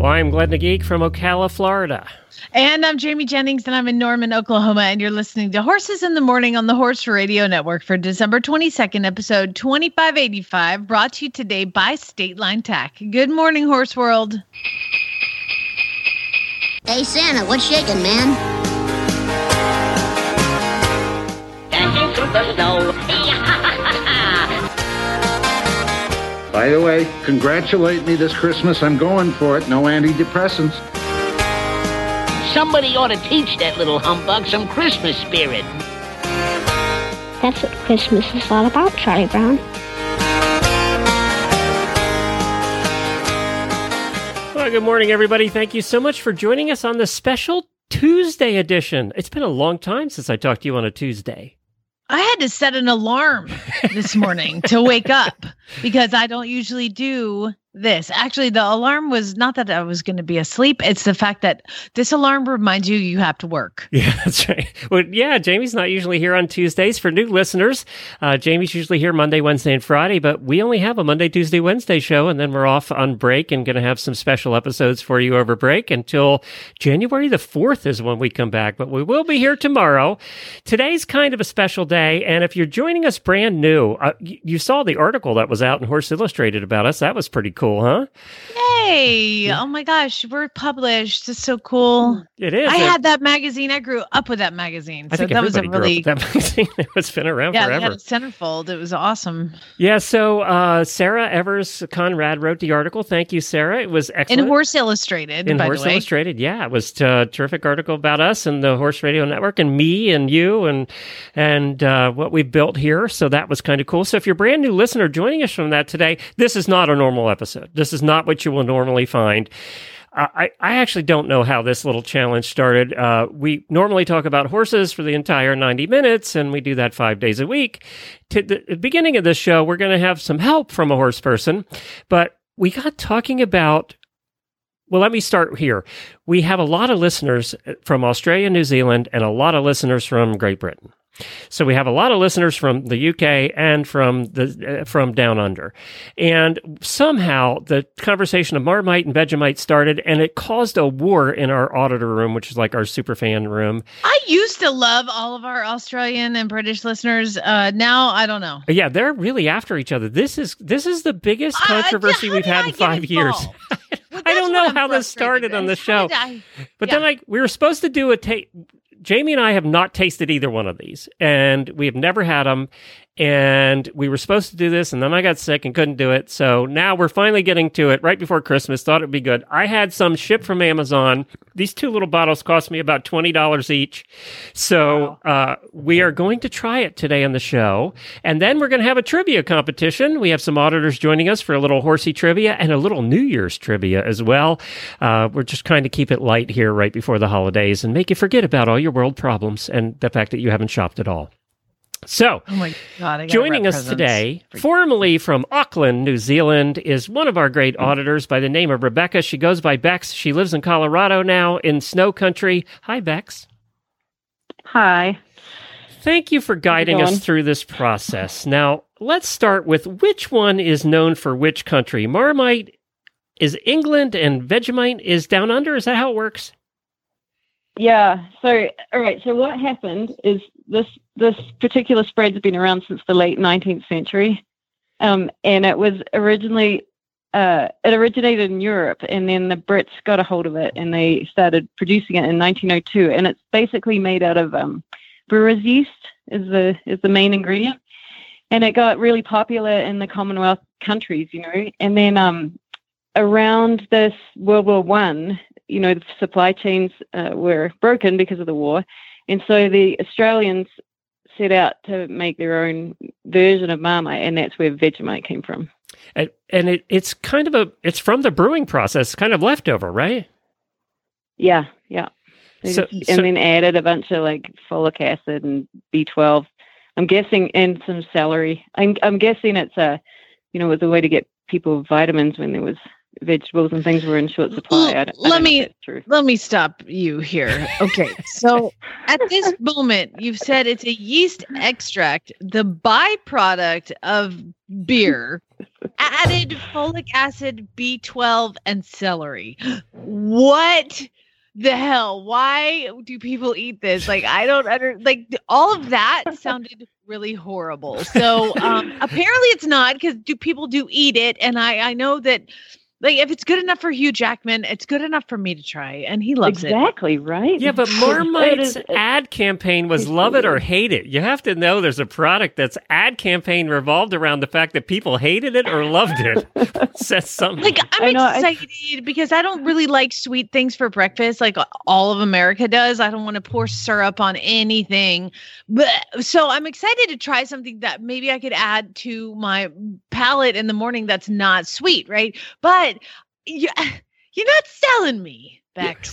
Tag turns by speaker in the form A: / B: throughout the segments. A: Well, I'm Glenn the Geek from Ocala, Florida.
B: And I'm Jamie Jennings, and I'm in Norman, Oklahoma, and you're listening to Horses in the Morning on the Horse Radio Network for December 22nd, episode 2585, brought to you today by State Line Tack. Good morning, Horse World.
C: Hey Santa, what's shaking, man?
D: Dancing through the snow.
E: By the way, congratulate me this Christmas. I'm going for it. No antidepressants.
D: Somebody ought to teach that little humbug some Christmas spirit.
F: That's what Christmas is all about, Charlie Brown.
A: Well, good morning, everybody. Thank you so much for joining us on the special Tuesday edition. It's been a long time since I talked to you on a Tuesday.
B: I had to set an alarm this morning to wake up because I don't usually do this. Actually, the alarm was not that I was going to be asleep, it's the fact that this alarm reminds you you have to work.
A: Yeah, that's right. Well, yeah, Jamie's not usually here on Tuesdays for new listeners. Uh, Jamie's usually here Monday, Wednesday, and Friday, but we only have a Monday, Tuesday, Wednesday show, and then we're off on break and going to have some special episodes for you over break until January the 4th is when we come back, but we will be here tomorrow. Today's kind of a special day, and if you're joining us brand new, uh, y- you saw the article that was out in Horse Illustrated about us. That was pretty cool, huh?
B: Hey, oh my gosh, we're published. It's so cool.
A: It is.
B: I
A: And
B: had that magazine. I grew up with that magazine.
A: I
B: So
A: think
B: that was a
A: everybody
B: really
A: grew up with that magazine. it's been around
B: yeah, we
A: forever.
B: had a centerfold. It was awesome.
A: Yeah, so uh, Sarah Evers Conrad wrote the article. Thank you, Sarah. It was excellent.
B: In Horse Illustrated,
A: In
B: by
A: Horse
B: the way.
A: Illustrated, yeah, it was a terrific article about us and the Horse Radio Network and me and you and and uh, what we've built here. So that was kind of cool. So if you're a brand new listener joining us from that today, this is not a normal episode. This is not what you will normally find. I, I actually don't know how this little challenge started. Uh, we normally talk about horses for the entire 90 minutes, and we do that five days a week. To the beginning of this show, we're going to have some help from a horse person, but we got talking about. Well, let me start here. We have a lot of listeners uh, from Australia, New Zealand, and a lot of listeners from Great Britain. So we have a lot of listeners from the UK and from the uh, from down under, and somehow the conversation of Marmite and Vegemite started, and it caused a war in our auditor room, which is like our super fan room.
B: I used to love all of our Australian and British listeners. Uh, now I don't know.
A: Yeah, they're really after each other. This is this is the biggest
B: I- I-
A: controversy
B: Uh, how
A: we've
B: did
A: had
B: I
A: in
B: get
A: five years.
B: involved? Well,
A: I
B: that's
A: don't
B: what
A: know
B: I'm
A: how this
B: frustrated
A: started on
B: with.
A: this
B: How
A: show.
B: did I-
A: But
B: Yeah.
A: then, like, we were supposed to do a taste. Jamie and I have not tasted either one of these, and we have never had them. And we were supposed to do this, and then I got sick and couldn't do it. So now we're finally getting to it right before Christmas. Thought it'd be good. I had some shipped from Amazon. These two little bottles cost me about twenty dollars each. So uh, we are going to try it today on the show, and then we're going to have a trivia competition. We have some auditors joining us for a little horsey trivia and a little New Year's trivia as well. Uh, we're just trying to keep it light here right before the holidays and make you forget about all your world problems and the fact that you haven't shopped at all. So,
B: Oh my God. I gotta
A: Joining
B: wrap
A: us
B: presents.
A: today, formerly from Auckland, New Zealand, is one of our
B: Mm.
A: great auditors by the name of Rebecca. She goes by Bex. She lives in Colorado now in snow country. Hi, Bex.
G: Hi.
A: Thank you for guiding
G: going?
A: us through this process. Now, let's start with which one is known for which country? Marmite is England and Vegemite is down under. Is that how it works?
G: Yeah. So, all right. So, what happened is this this particular spread's been around since the late 19th century, um, and it was originally uh, it originated in Europe, and then the Brits got a hold of it, and they started producing it in 1902. And it's basically made out of um, brewer's yeast is the is the main ingredient, and it got really popular in the Commonwealth countries, you know. And then um, around this World War One, you know, the supply chains uh, were broken because of the war, and so the Australians set out to make their own version of Marmite, and that's where Vegemite came from.
A: And, and it, it's kind of a, it's from the brewing process, kind of leftover, right?
G: Yeah, yeah. They
A: So-
G: just-
A: so-
G: and then added a bunch of like folic acid and B12. I'm guessing, and some celery. I'm I'm guessing it's a, you know, it was a way to get people vitamins when there was vegetables and things were in short supply. I don't- I
B: Let
G: don't know
B: me-
G: if that's true.
B: Let me stop you here. Okay. So at this moment, you've said it's a yeast extract, the byproduct of beer, added folic acid, B12, and celery. What the hell? Why do people eat this? Like, I don't under like th- all of that sounded really horrible. So um apparently it's not because do people do eat it? And I I know that like if it's good enough for Hugh Jackman, it's good enough for me to try, and he loves it.
G: Exactly right.
A: Yeah, but
G: It
A: Marmite's
G: is- it-
A: ad campaign was love it or hate it. You have to know there's a product that's ad campaign revolved around the fact that people hated it or loved it. Says something.
B: Like I'm
G: I know, I-
B: excited because I don't really like sweet things for breakfast, like all of America does. I don't want to pour syrup on anything, but so I'm excited to try something that maybe I could add to my palate in the morning that's not sweet, right? But you, you're not selling me, Bex.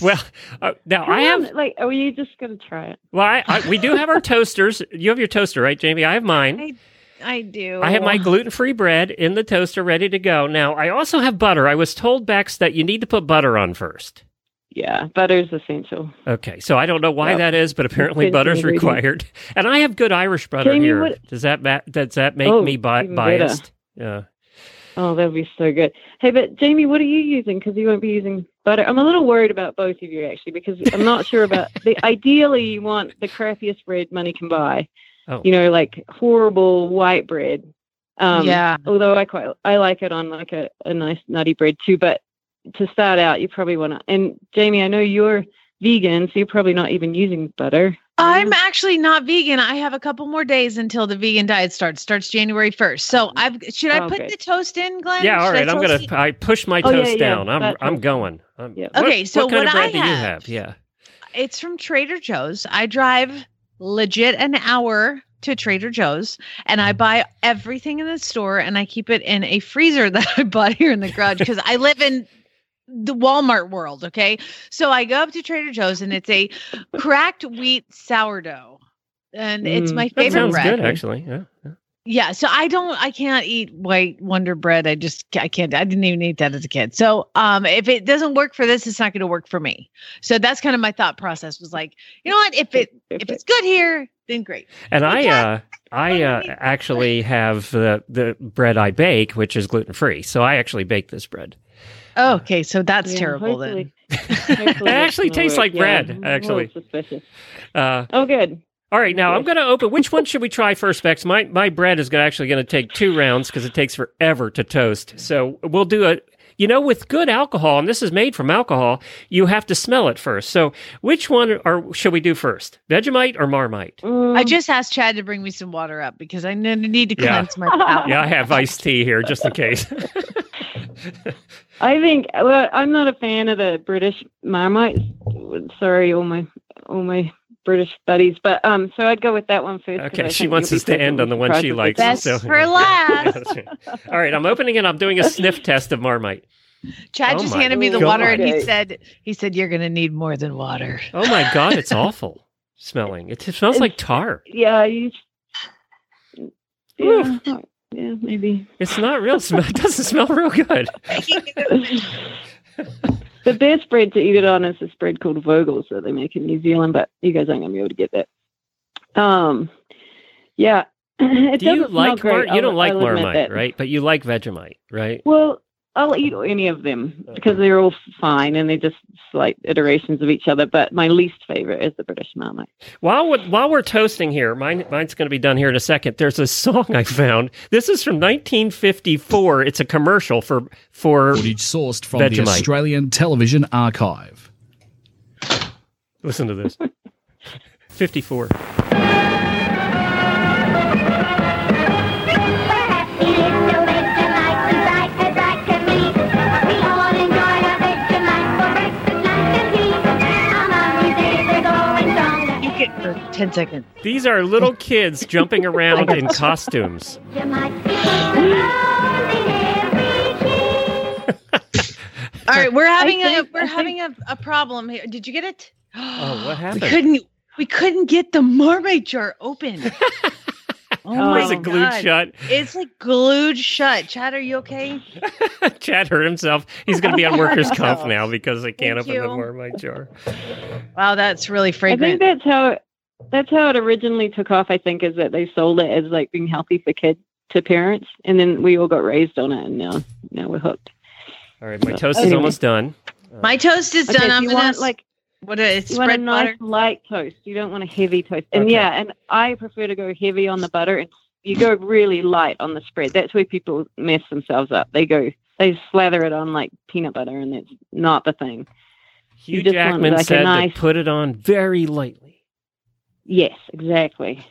A: well, uh, now
G: Come
A: I have
G: on, like, oh, you just gonna try it?
A: Well, I, I, we do have our toasters. You have your toaster, right, Jamie? I have mine.
B: I do.
A: I have my gluten-free bread in the toaster ready to go. Now, I also have butter. I was told, Bex, that you need to put butter on first.
G: Yeah, butter's essential.
A: Okay, so I don't know why
G: Yep.
A: that is, but apparently
G: Good
A: butter's
G: ingredient.
A: required. And I have good Irish butter
G: Jamie,
A: here.
G: what-
A: Does that ma- does that make
G: Oh,
A: me bi-
G: even better.
A: biased? Yeah.
G: Oh, that'd be so good. Hey, but Jamie, what are you using? Because you won't be using butter. I'm a little worried about both of you actually, because I'm not sure about the. Ideally, you want the crappiest bread money can buy.
A: Oh.
G: You know, like horrible white bread. Um,
B: yeah.
G: Although I quite I like it on like a, a nice nutty bread too. But to start out, you probably want to. And Jamie, I know you're vegan, so you're probably not even using butter.
B: I'm actually not vegan. I have a couple more days until the vegan diet starts. Starts January 1st. So I've should I
G: Oh,
B: put
G: good.
B: the toast in, Glenn?
A: Yeah, all
B: Should I
A: right. I'm
B: toast
A: going
B: it?
A: to I push my
G: Oh, yeah,
A: toast
G: yeah,
A: down. I'm
G: that's
A: I'm
G: right.
A: going. I'm,
G: Yeah.
A: what-
B: Okay, so
A: what kind of
B: what I
A: bread do you
B: have-
A: have? Yeah.
B: It's from Trader Joe's. I drive legit an hour to Trader Joe's and I buy everything in the store and I keep it in a freezer that I bought here in the garage because I live in the Walmart world. Okay. So I go up to Trader Joe's and it's a cracked wheat sourdough. And it's
G: Mm,
B: my
A: That
B: favorite
A: sounds
B: bread.
A: good actually. Yeah.
B: Yeah, so I don't, I can't eat white Wonder Bread. I just, I can't. I didn't even eat that as a kid. So, um, if it doesn't work for this, it's not going to work for me. So that's kind of my thought process. Was like, you know what? If it, if it's good here, then great.
A: And I,
B: Okay.
A: uh, I
B: Oh, What
A: uh,
B: do you-
A: actually have the the bread I bake, which is gluten free. So I actually bake this bread.
B: Oh, okay, so that's
G: Yeah,
B: terrible
G: hopefully-
B: then.
G: hopefully that's
A: actually
G: gonna
A: tastes
G: work.
A: like
G: Yeah.
A: bread,
G: Oh,
A: actually.
G: suspicious.
A: Uh,
G: Oh, good.
A: all right, now I'm
G: Good.
A: going to open. Which one should we try first, Bex? My my bread is gonna, actually going to take two rounds because it takes forever to toast. So we'll do a. You know, with good alcohol, and this is made from alcohol, you have to smell it first. So, which one are should we do first, Vegemite or Marmite?
B: I
G: Mm.
B: just asked Chad to bring me some water up because I n- need to
A: Yeah.
B: cleanse my palate.
A: Yeah, I have iced tea here just in case.
G: I think well, I'm not a fan of the British Marmite. Sorry, all my all my British buddies, but um, so I'd go with that one first. 'cause I
A: Okay, she
G: think
A: wants
G: you'll be
A: us to end on the one she
G: pleasantly
A: likes.
B: Best
A: so-
B: for last.
A: All right, I'm opening it. I'm doing a sniff test of Marmite.
B: Chad
A: Oh
B: just
A: my
B: handed me the
A: God.
B: water and he
G: Okay.
B: said, he said you're going to need more than water.
A: Oh my god, it's awful smelling. It t- smells like tar.
G: Yeah, you. Yeah, yeah, maybe.
A: It's not real. Smell. It doesn't smell real good.
G: the best bread to eat it on is this bread called Vogels that they make in New Zealand, but you guys aren't gonna be able to get that. Um, yeah, it
A: Do you
G: doesn't smell
A: like
G: great,
A: Mar- you
G: I'll-
A: don't like
G: I'll admit
A: Marmite,
G: that.
A: right? But you like Vegemite, right?
G: Well, I'll eat any of them because they're all fine and they're just slight iterations of each other. But my least favorite is the British Marmite.
A: While we- while we're toasting here, mine mine's going to be done here in a second. There's a song I found. This is from 1954. It's a commercial for for
H: Footage sourced from the
A: Vegemite.
H: Australian Television Archive.
A: Listen to this. 54.
B: You get for 10 seconds.
A: These are little kids jumping around in costumes.
B: All right, we're having a
G: think-
B: we're
G: I
B: having a, a problem here. Did you get it?
A: Oh, what
B: We
A: happened?
B: couldn't. We couldn't get the mermaid jar open. oh
G: Oh,
A: was
B: my
A: a glued
B: God.
A: shut.
B: It's like glued shut. Chad, are you okay?
A: Chad hurt himself. He's going to be on workers' comp now because they can't
B: Oh Thank
A: open the
B: you.
A: marmite jar.
B: Wow, that's really
G: I think
B: fragrant.
G: that's how that's how it originally took off. I think is that they sold it as like being healthy for kids to parents, and then we all got raised on it, and now now we're hooked.
A: All right, my toast is
G: Anyway.
A: almost done.
B: My toast is
G: Okay,
B: done.
G: if
B: I'm
G: you
B: gonna
G: want
B: s-
G: like
B: what is it?
G: you want a
B: Spread
G: nice
B: butter.
G: light toast. You don't want a heavy toast. And
A: Okay.
G: yeah, and I prefer to go heavy on the butter, and you go really light on the spread. That's where people mess themselves up. They go they slather it on like peanut butter, and that's not the thing.
A: Hugh
G: just want,
A: Jackman
G: like, a
A: said
G: nice-
A: to put it on very lightly.
G: Yes, exactly.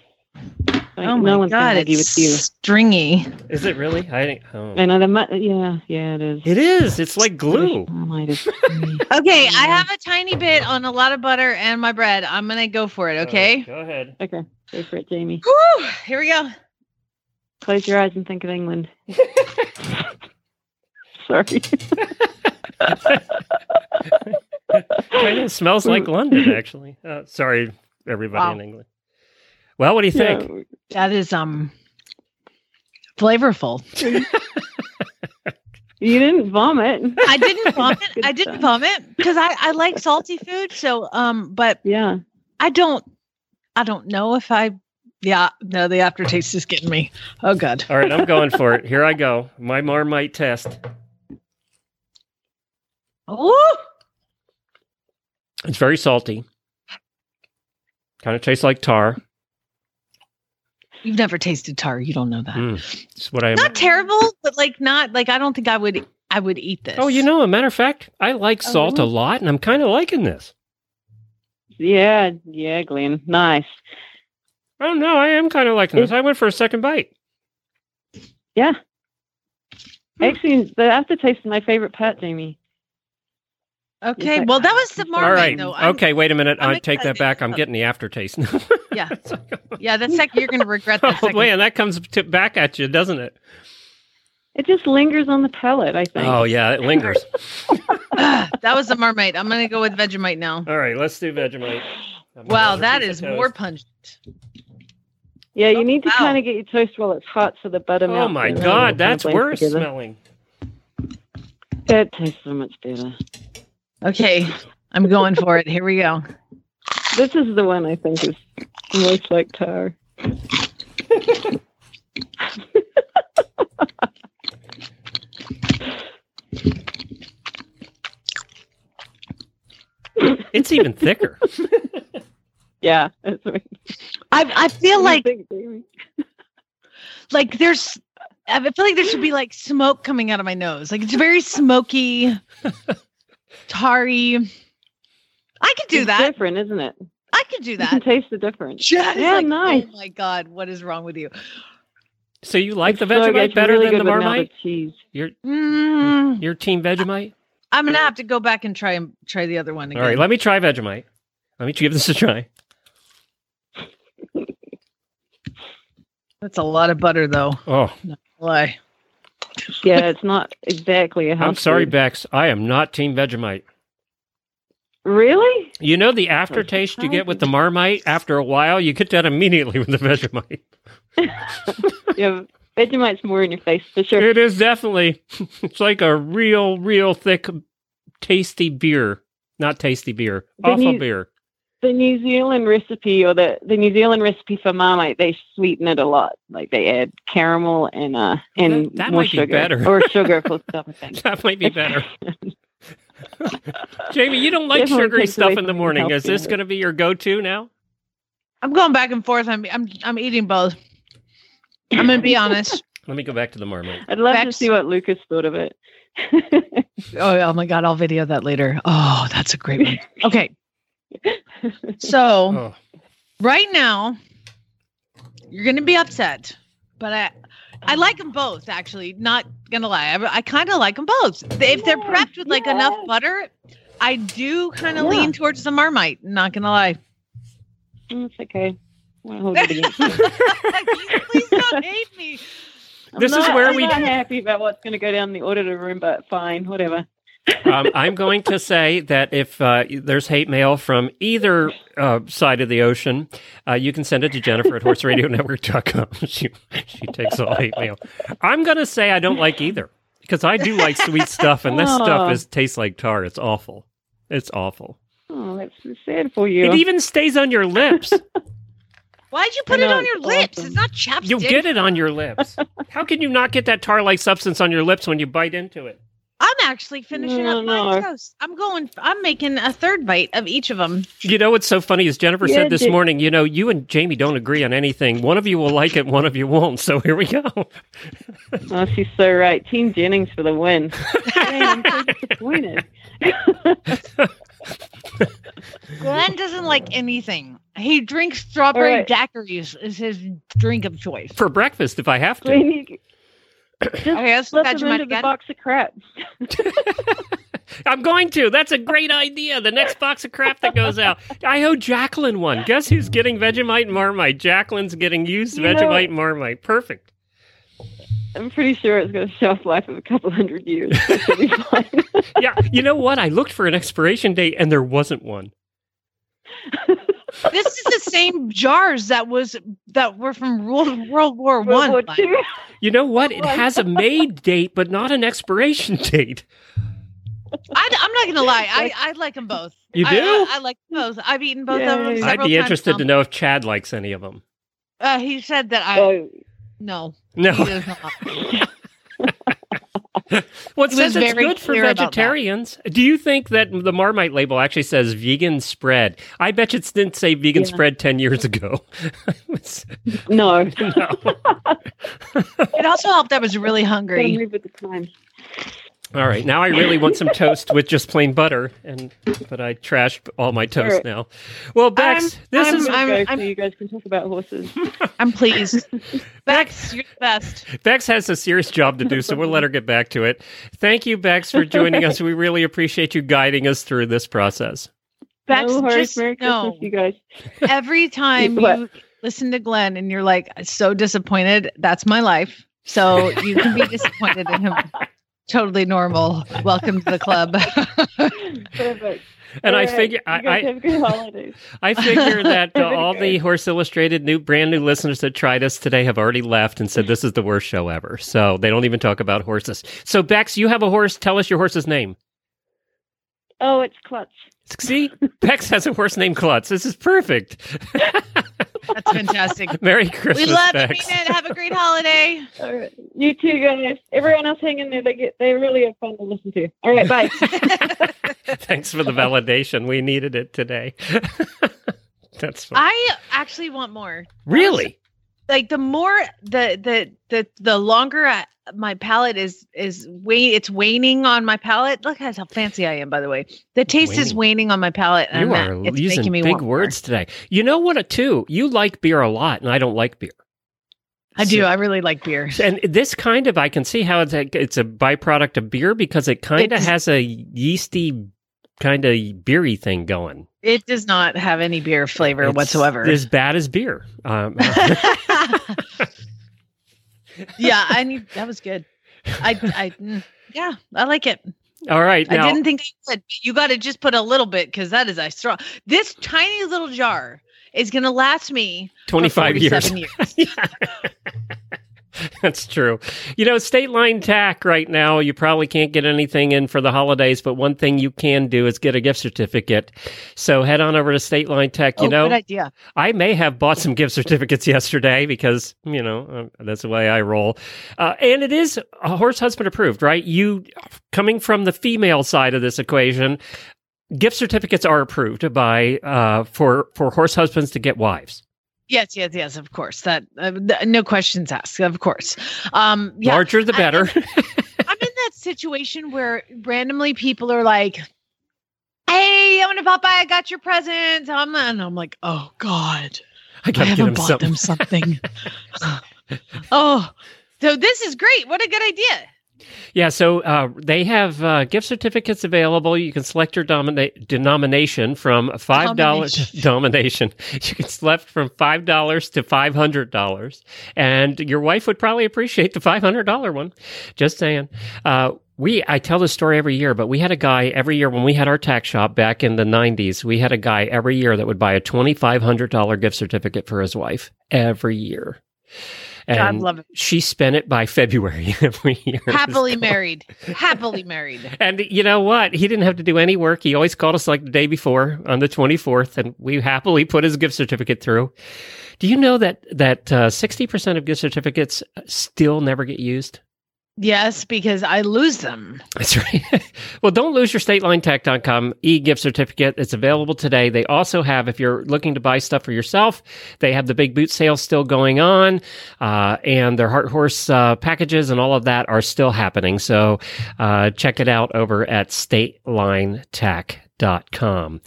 G: Like,
B: Oh my
G: no one's
B: god,
G: gonna argue
B: it's
G: with you.
B: stringy.
A: Is it really? I didn't. Oh.
G: Another month. Yeah, yeah, it is.
A: It is. It's like glue.
G: Oh, my, this-
B: Okay, I have a tiny bit on a lot of butter and my bread. I'm gonna go for it. Okay.
A: Go ahead.
G: okay, go for it, Jamie.
B: Whew, here we go.
G: Close your eyes and think of England. Sorry.
A: Kind of smells like London, actually. Uh, sorry, everybody
B: Wow.
A: in England. Well, what do you think?
G: Yeah.
B: That is um flavorful.
G: You didn't vomit.
B: I didn't vomit.
G: Good
B: I didn't
G: stuff.
B: vomit because I, I like salty food. So um, but
G: Yeah.
B: I don't I don't know if I yeah, no, the aftertaste is getting me. Oh god.
A: All right, I'm going for it. Here I go. My marmite test.
B: Ooh,
A: It's very salty. Kind of tastes like tar.
B: you've never tasted tar, you don't know that.
A: Mm. It's what I
B: Ah. Not terrible, but like not like I don't think I would I would eat this.
A: Oh, you know, a matter of fact, I like
G: Oh,
A: salt a
G: really?
A: lot, and I'm kind of liking this.
G: Yeah. Yeah, Glenn. Nice.
A: I don't know. I am kind of liking this. I went for a second bite.
G: Yeah.
A: Hmm.
G: Actually, the aftertaste is my favorite part, Jamie.
B: Okay,
G: Yes, I-
B: well that was the
A: All
B: marmite
A: right.
B: though. I'm-
A: okay, wait a minute.
B: I'm
A: I take that
B: excited.
A: back. I'm getting the aftertaste.
B: Yeah. Yeah, that's like you're gonna regret that.
A: oh,
B: second.
A: man, that comes t- back at you, doesn't it?
G: It just lingers on the palate, I think.
A: Oh, yeah, it lingers.
B: that was the marmite. I'm gonna go with Vegemite now.
A: All right, let's do Vegemite. I'm
B: Wow,
A: gonna
B: that
A: piece
B: is
A: of toast.
B: more pungent.
G: yeah, you need to
B: wow.
G: kind of get your toast while it's hot so the butter
A: Oh,
G: melts.
A: my
G: and then it
A: God,
G: kinda
A: that's
G: blends
A: worse
G: together.
A: smelling.
G: That tastes so much better.
B: Okay, I'm going for it. Here we go.
G: This is the one I think is most like tar.
A: It's even thicker.
G: Yeah, that's what
B: I I feel
G: you
B: like
G: think, Jamie.
B: like there's I feel like there should be like smoke coming out of my nose. Like it's very smoky, tarry. I could do
G: It's
B: that.
G: different, isn't it? You
B: I could do
G: can
B: that.
G: taste the difference.
B: Chad is
G: Yeah,
B: like,
G: nice.
B: Oh my god, what is wrong with you?
A: So you like the
G: So it
A: Vegemite
G: gets
A: better
G: really
A: than the
G: good with melted
A: Marmite?
G: Cheese.
A: You're,
B: Mm,
A: you're team Vegemite?
B: I'm gonna have to go back and try and try the other one again.
A: All right, let me try Vegemite. Let me give this a try.
B: That's a lot of butter though.
A: Oh,
B: Lie.
G: Yeah, it's not exactly a house.
A: I'm sorry,
G: food.
A: Bex. I am not team Vegemite.
G: Really?
A: You know the aftertaste you get with the Marmite after a while, you get that immediately with the Vegemite.
G: Yeah, Vegemite's more in your face for sure.
A: It is definitely it's like a real, real thick tasty beer. Not tasty beer.
G: Then
A: awful
G: you-
A: beer.
G: The New Zealand recipe or the, the New Zealand recipe for Marmite, they sweeten it a lot. Like they add caramel and uh and
A: That- that
G: more
A: might be
G: sugar
A: better.
G: or sugar for stuff. I think.
A: That might be better. Jamie, you don't like
G: Definitely
A: sugary
G: takes away
A: stuff in
G: from
A: the
G: your
A: morning.
G: health
A: Is this
G: benefits.
A: gonna be your go to now?
B: I'm going back and forth. I'm I'm I'm eating both. I'm gonna be honest.
A: Let me go back to the Marmite.
G: I'd love to
B: Bex-
G: see what Lucas thought of it. Mm,
B: Oh, oh my god, I'll video that later. Oh, that's a great one. Okay. So
A: Oh.
B: right now you're gonna be upset but i i like them both actually not gonna lie i, I kind of like them both if they're
G: Yeah,
B: prepped with like enough
G: yes.
B: butter i do kind of
G: Yeah.
B: lean towards the marmite not gonna lie
G: It's okay. Won't hold it against you.
B: please don't hate me
G: I'm
A: This is
G: not-
A: where
G: I'm
A: we-
G: not happy about what's going to go down in the auditor room, but fine, whatever.
A: um, I'm going to say that if uh, there's hate mail from either uh, side of the ocean, uh, you can send it to Jennifer at horseradionetwork.com. she, she takes all hate mail. I'm going to say I don't like either because I do like sweet stuff, and this
G: Aw.
A: stuff is tastes like tar. It's awful. It's awful.
G: Oh, that's so sad for you.
A: It even stays on your lips.
B: Why'd you put
G: I
B: it
G: know,
B: on your
G: it's
B: lips?
G: awesome.
B: It's not chapstick.
A: you get it on your lips. How can you not get that tar like substance on your lips when you bite into it?
B: I'm actually finishing
G: No,
B: up my
G: no.
B: toast. I'm going. I'm making a third bite of each of them.
A: You know what's so funny is Jennifer
G: Yeah,
A: said this
G: dude.
A: morning, you know, you and Jamie don't agree on anything. One of you will like it, one of you won't. So here we go.
G: Oh, she's so right. Team Jennings for the win. Dang, I'm so disappointed.
B: Glenn doesn't like anything. He drinks strawberry
G: All right.
B: daiquiris is his drink of choice.
A: For breakfast, if I have to.
G: Glenn, you just
B: Okay, let's
G: slip
B: fetch
G: him
B: him
G: into
B: again.
G: the box of crap.
A: I'm going to. That's a great idea. The next box of crap that goes out. I owe Jacqueline one. Guess who's getting Vegemite and Marmite? Jacqueline's getting used
G: You know-
A: Vegemite and Marmite. Perfect.
G: I'm pretty sure it's got a shelf life of a couple hundred years. so she'll be fine.
A: Yeah. You know what? I looked for an expiration date and there wasn't one.
B: This is the same jars that was that were from World World War
G: World
B: One.
G: War
B: Glenn.
G: Two.
A: You know what? It has a made date, but not an expiration date.
B: I, am not gonna lie. I, I like them both.
A: You
B: I-
A: do?
B: I, I like both. I've eaten both of them.
G: Yay.
A: I'd
B: several
A: be
B: times
A: interested
B: now.
A: to know if Chad likes any of them.
B: Uh, he said that I
G: Oh,
B: no. He
A: No.
B: does not.
A: Well, it
B: It
A: says it's
B: was very
A: good for
B: clear about that.
A: vegetarians. Do you think that the Marmite label actually says vegan spread? I bet you it didn't say vegan
G: Yeah.
A: spread 10 years ago. It's-
G: no.
A: no.
B: It also helped. I was really
G: Gotta
B: hungry.
G: move with the time.
A: All right. Now I really want some toast with just plain butter, and but I trashed all my toast
G: Sure.
A: now. Well, Bex,
B: I'm-
A: this
B: I'm-
A: is
G: I'm,
B: I'm-
G: go so you guys can talk about horses.
B: I'm pleased. Bex, you're the best.
A: Bex has a serious job to do, so we'll let her get back to it. Thank you, Bex, for joining us. We really appreciate you guiding us through this process.
B: Bex,
G: no worries.
B: just
G: Merry
B: know
G: Christmas, you guys.
B: every time
G: What?
B: you listen to Glenn and you're like so disappointed. That's my life. So you can be disappointed in him. Totally normal. Welcome to the club.
G: Perfect.
A: And I
G: All right,
A: figure
G: you
A: I,
G: guys
A: I,
G: have a good holidays.
A: I figure that uh,
G: Very
A: all the
G: good.
A: Horse Illustrated new brand new listeners that tried us today have already left and said this is the worst show ever. So they don't even talk about horses. So Bex, you have a horse. Tell us your horse's name.
G: Oh, it's clutch.
A: See, Bex has a horse named Klutz. This is perfect.
B: That's fantastic.
A: Merry Christmas,
B: we love you,
A: Bex.
B: Nina. Have a great holiday.
G: All right. You too, guys. Everyone else hang in there. They get they really are fun to listen to. All right, bye.
A: Thanks for the validation. We needed it today. That's fun.
B: I actually want more.
A: really
B: Like the more the the the the longer I, my palate is is way it's waning on my palate. Look at how fancy I am, by the way. The taste is waning on my palate, and
A: you
B: that-
A: are
B: it's
A: using
B: making me
A: big
B: want more.
A: words today. You know what? uh, Too, you like beer a lot, and I don't like beer.
B: I do. I really like beer.
A: And this kind of, I can see how it's a, it's a byproduct of beer because it kind of
B: It's-
A: has a yeasty, kind of beery thing going.
B: It does not have any beer flavor
A: It's
B: whatsoever.
A: As bad as beer. Um,
B: yeah, I need that was good. I, I, mm, yeah, I like it.
A: all right.
B: I
A: Now,
B: didn't think I could. You got to just put a little bit because that is a straw. This tiny little jar is going to last me for
A: 25 years.
B: 47 years.
A: That's true. You know, state line tack right now, you probably can't get anything in for the holidays, but one thing you can do is get a gift certificate. So head on over to State Line Tech. You
B: oh,
A: know,
B: good idea.
A: I may have bought some gift certificates yesterday because, you know, um, that's the way I roll. Uh, and it is a horse husband approved, right? You, coming from the female side of this equation, gift certificates are approved by, uh, for, for horse husbands to get wives.
B: Yes, yes, yes. Of course, that uh, th- no questions asked. Of course. Um, yeah,
A: Larger the
B: I-
A: better.
B: I'm in that situation where randomly people are like, "Hey, I want to pop by. I got your presents." I'm and I'm like, "Oh God,
A: I gotta
B: I
A: get
B: haven't
A: him
B: bought
A: something.
B: them something." oh, so this is great. What a good idea.
A: Yeah, so uh, they have uh, gift certificates available. You can select your domina- denomination from five dollars domination. You can select from five dollars to five hundred dollars, and your wife would probably appreciate the five hundred dollar one. Just saying. Uh, we I tell this story every year, but we had a guy every year when we had our tax shop back in the '90s. We had a guy every year that would buy a twenty-five hundred dollar gift certificate for his wife every year. And
B: God love it.
A: she spent it by February every year.
B: Happily married. Happily married.
A: And you know what? He didn't have to do any work. He always called us like the day before on the 24th, and we happily put his gift certificate through. Do you know that that uh, 60% of gift certificates still never get used?
B: Yes, because I lose them.
A: That's right. well, don't lose your statelinetech.com e-gift certificate. It's available today. They also have, if you're looking to buy stuff for yourself, they have the big boot sale still going on, uh, and their Heart Horse uh, packages and all of that are still happening. So uh, check it out over at statelinetech.com.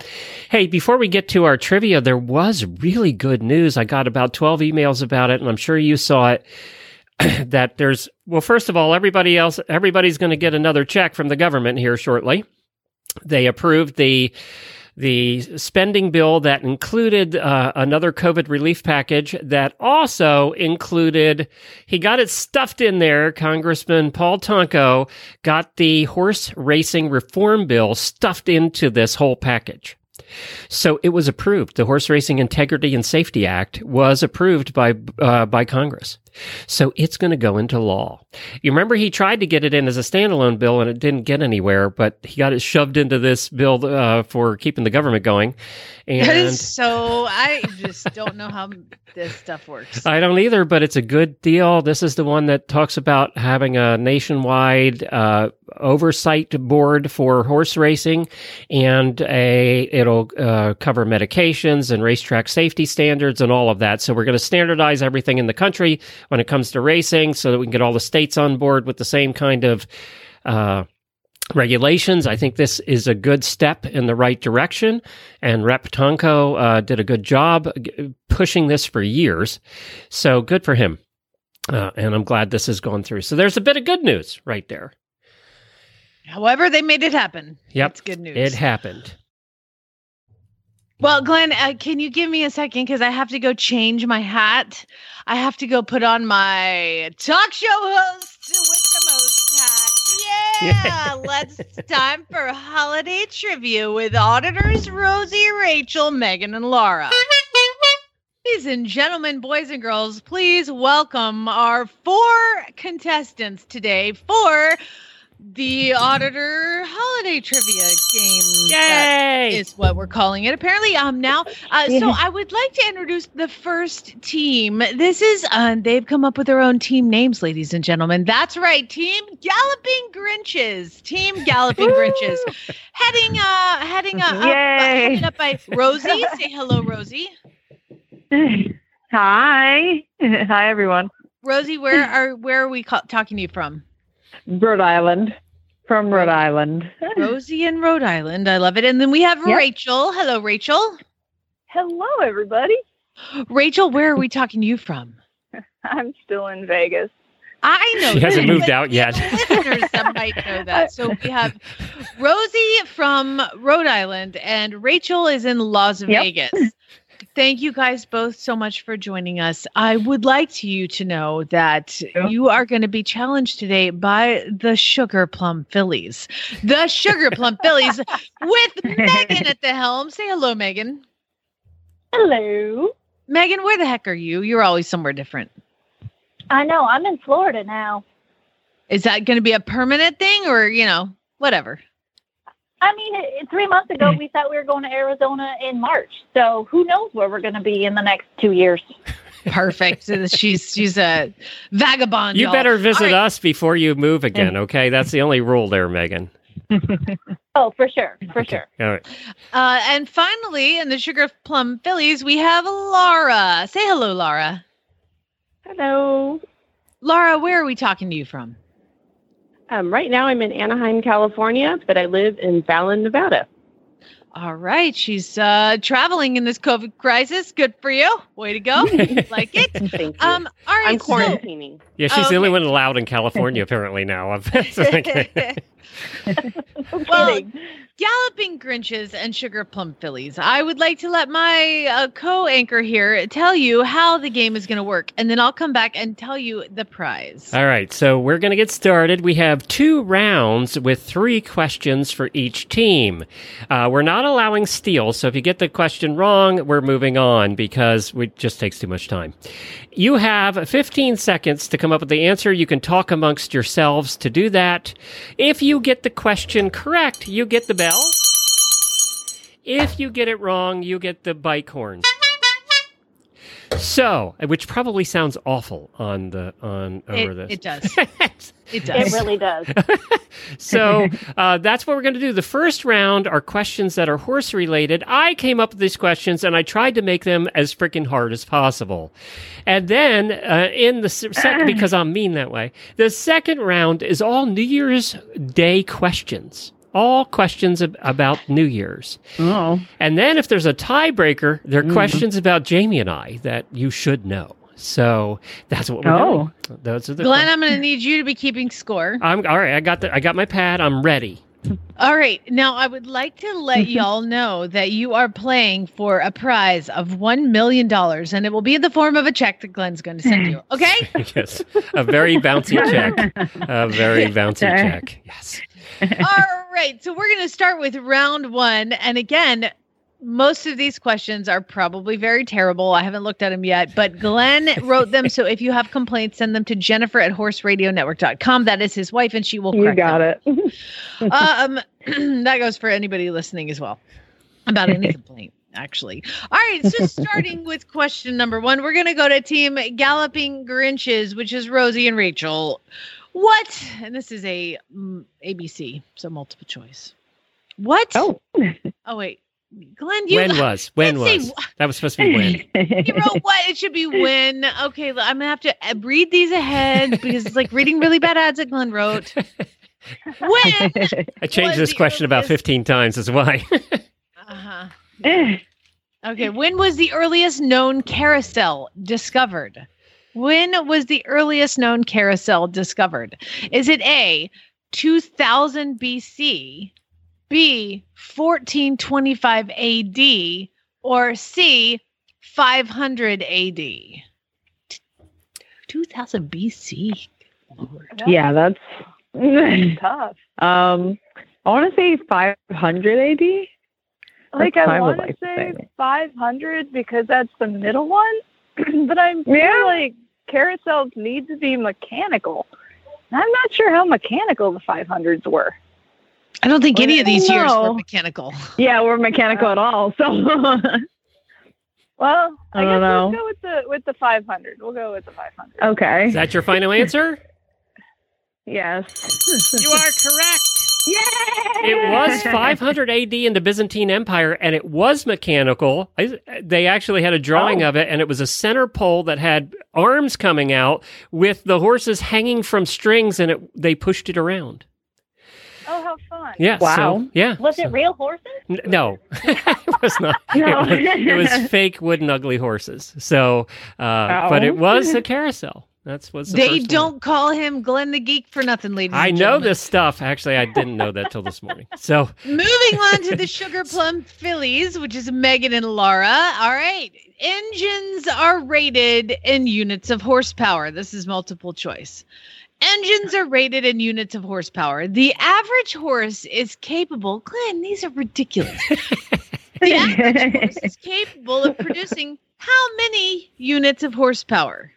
A: Hey, before we get to our trivia, there was really good news. I got about 12 emails about it, and I'm sure you saw it. that there's well first of all everybody else everybody's going to get another check from the government here shortly they approved the the spending bill that included uh, another COVID relief package that also included, he got it stuffed in there. Congressman Paul Tonko got the horse racing reform bill stuffed into this whole package. So it was approved. The Horse Racing Integrity and Safety Act was approved by uh, by Congress. So it's going to go into law. You remember he tried to get it in as a standalone bill and it didn't get anywhere, but he got it shoved into this bill uh, for keeping the government going. And
B: so I just don't know how this stuff works.
A: I don't either, but it's a good deal. This is the one that talks about having a nationwide uh, oversight board for horse racing, and a it'll uh, cover medications and racetrack safety standards and all of that. So we're going to standardize everything in the country when it comes to racing, so that we can get all the states on board with the same kind of. Uh, regulations. I think this is a good step in the right direction. And Rep Tonko uh, did a good job g- pushing this for years. So good for him. Uh, and I'm glad this has gone through. So there's a bit of good news right there.
B: However, they made it happen.
A: Yep.
B: That's good news.
A: It happened.
B: Well, Glenn, uh, can you give me a second? Because I have to go change my hat. I have to go put on my talk show host with the most hat. Yeah, let's time for holiday trivia with auditors Rosie, Rachel, Megan, and Laura. Ladies and gentlemen, boys and girls, please welcome our four contestants today for the auditor holiday trivia game. That
A: Yay!
B: is what we're calling it apparently um now uh, so i would like to introduce the first team this is uh, they've come up with their own team names ladies and gentlemen that's right team galloping grinches team galloping grinches heading uh heading uh, up, uh,
G: Yay.
B: headed up by rosie say hello rosie
G: Hi. Hi, everyone.
B: rosie where are where are we ca- talking to you from
G: Rhode Island. From Rhode Island.
B: rosie in rhode island i love it and then we have
G: Yep.
B: rachel hello rachel
I: Hello, everybody.
B: rachel where are we talking to you from
I: I'm still in Vegas.
B: I know
A: She hasn't
B: that,
A: moved
B: but
A: out yet.
B: Listeners that might know that. So we have Rosie from Rhode Island and Rachel is in Las
G: Yep.
B: Vegas. Thank you guys both so much for joining us. I would like to you to know that
G: Yeah.
B: you are going to be challenged today by the Sugar Plum Phillies. The Sugar Plum Phillies with Megan at the helm. Say hello, Megan.
I: Hello.
B: Megan, where the heck are you? You're always somewhere different.
I: I know I'm in Florida now.
B: Is that going to be a permanent thing or, you know, whatever?
I: I mean, it- it- three months ago we thought we were going to Arizona in March, so who knows where we're going to be in the next two years?
B: Perfect. she's she's a vagabond.
A: You
B: y'all.
A: better
B: All
A: visit
B: right.
A: us before you move again, okay? That's the only rule there, Megan.
I: Oh, for sure, for sure.
A: All right.
B: Uh, and finally, in the Sugar Plum Phillies, we have Laura. Say hello, Laura.
J: Hello.
B: Laura, where are we talking to you from?
J: Um, right now I'm in Anaheim, California, but I live in Fallon, Nevada.
B: All right, she's uh, traveling in this COVID crisis. Good for you. Way to go. like it.
K: Thank you.
B: Um, all right,
K: I'm
B: so-
K: quarantining.
A: Yeah, she's
B: Oh,
A: the only
B: okay.
A: one allowed in California apparently now.
B: well, galloping Grinches and sugar plum fillies. I would like to let my uh, co-anchor here tell you how the game is going to work, and then I'll come back and tell you the prize.
A: All right, so we're going to get started. We have two rounds with three questions for each team. Uh, we're not allowing steals, so if you get the question wrong, we're moving on because it just takes too much time. You have 15 seconds to come up with the answer. You can talk amongst yourselves to do that. If you get the question correct, you get the bell. If you get it wrong, you get the bike horn. So, which probably sounds awful on the on over
B: It,
A: this.
B: it does. it
A: It
B: does.
A: really
I: does.
A: So uh, that's what we're going to do. The first round are questions that are horse related. I came up with these questions and I tried to make them as freaking hard as possible. And then uh, in the se- second, because I'm mean that way, the second round is all New Year's Day questions. All questions ab- about New Year's.
K: Oh.
A: And then if there's a tiebreaker, there are questions about Jamie and I that you should know. So that's what we're
B: Oh.
A: doing. Those are the
B: Glenn, I'm going to need you to be keeping score.
A: I'm all right. I got the I got my pad. I'm ready.
B: All right. Now, I would like to let y'all know that you are playing for a prize of $1 million, and it will be in the form of a check that Glenn's going to send you. Okay?
A: yes, a very bouncy check. A very bouncy
B: Sure.
A: check. Yes.
B: All right. So we're going to start with round one. And again, most of these questions are probably very terrible. I haven't looked at them yet, but Glenn wrote them. So if you have complaints, send them to Jennifer at horseradionetwork.com. That is his wife, and she will
G: You
B: correct
G: got
B: them.
G: it.
B: um, that goes for anybody listening as well about any complaint, actually. All right, so starting with question number one, we're going to go to Team Galloping Grinches, which is Rosie and Rachel. What? And this is a mm, ABC, so multiple choice. What? Oh, wait, Glenn, you
A: when was when
B: can't say
A: was
B: wh-
A: that was supposed to be when?
B: you wrote what? It should be when. Okay, look, I'm gonna have to uh, read these ahead because it's like reading really bad ads that Glenn wrote. When?
A: I changed this question about fifteen times. Is why.
B: Uh-huh. okay, when was the earliest known carousel discovered? When was the earliest known carousel discovered? Is it A, 2000 BC, B, 1425 AD, or C, 500 AD? 2000 BC.
G: yeah, that's
I: tough.
G: Um, I want to say 500 AD.
I: Like
G: That's
I: I
G: what would
I: want to
G: like
I: say 500 because that's the middle one, but I'm yeah. like carousels need to be mechanical. And I'm not sure how mechanical the 500s were.
B: I don't think any of these years were
I: No.
B: mechanical.
G: Yeah, we're mechanical at all. So
I: Uh, Well, I,
G: I
I: guess
G: don't know.
I: we'll go with the with the 500. We'll go with the 500.
G: okay.
A: Is that your final answer?
G: Yes.
A: You are correct. It was 500 AD in the Byzantine Empire, and it was mechanical. I- They actually had a drawing of it, and it was a center pole that had arms coming out with the horses hanging from strings, and it, they pushed it around.
I: Oh, how fun!
A: Yeah. so- yeah.
I: Was it real horses?
A: N- no, it was not.
I: No.
A: It, was, it was fake wooden ugly horses. So, uh,
B: Ow.
A: but it was a carousel. That's was the
B: They
A: first one.
B: don't call him Glenn the Geek for nothing, ladies.
A: I
B: and
A: know
B: gentlemen.
A: this stuff. Actually, I didn't know that till this morning. So,
B: Moving on to the Sugar Plum Phillies, which is Megan and Laura. All right. Engines are rated in units of horsepower. This is multiple choice. Engines are rated in units of horsepower. The average horse is capable, Glenn, these are ridiculous. the average horse is capable of producing how many units of horsepower?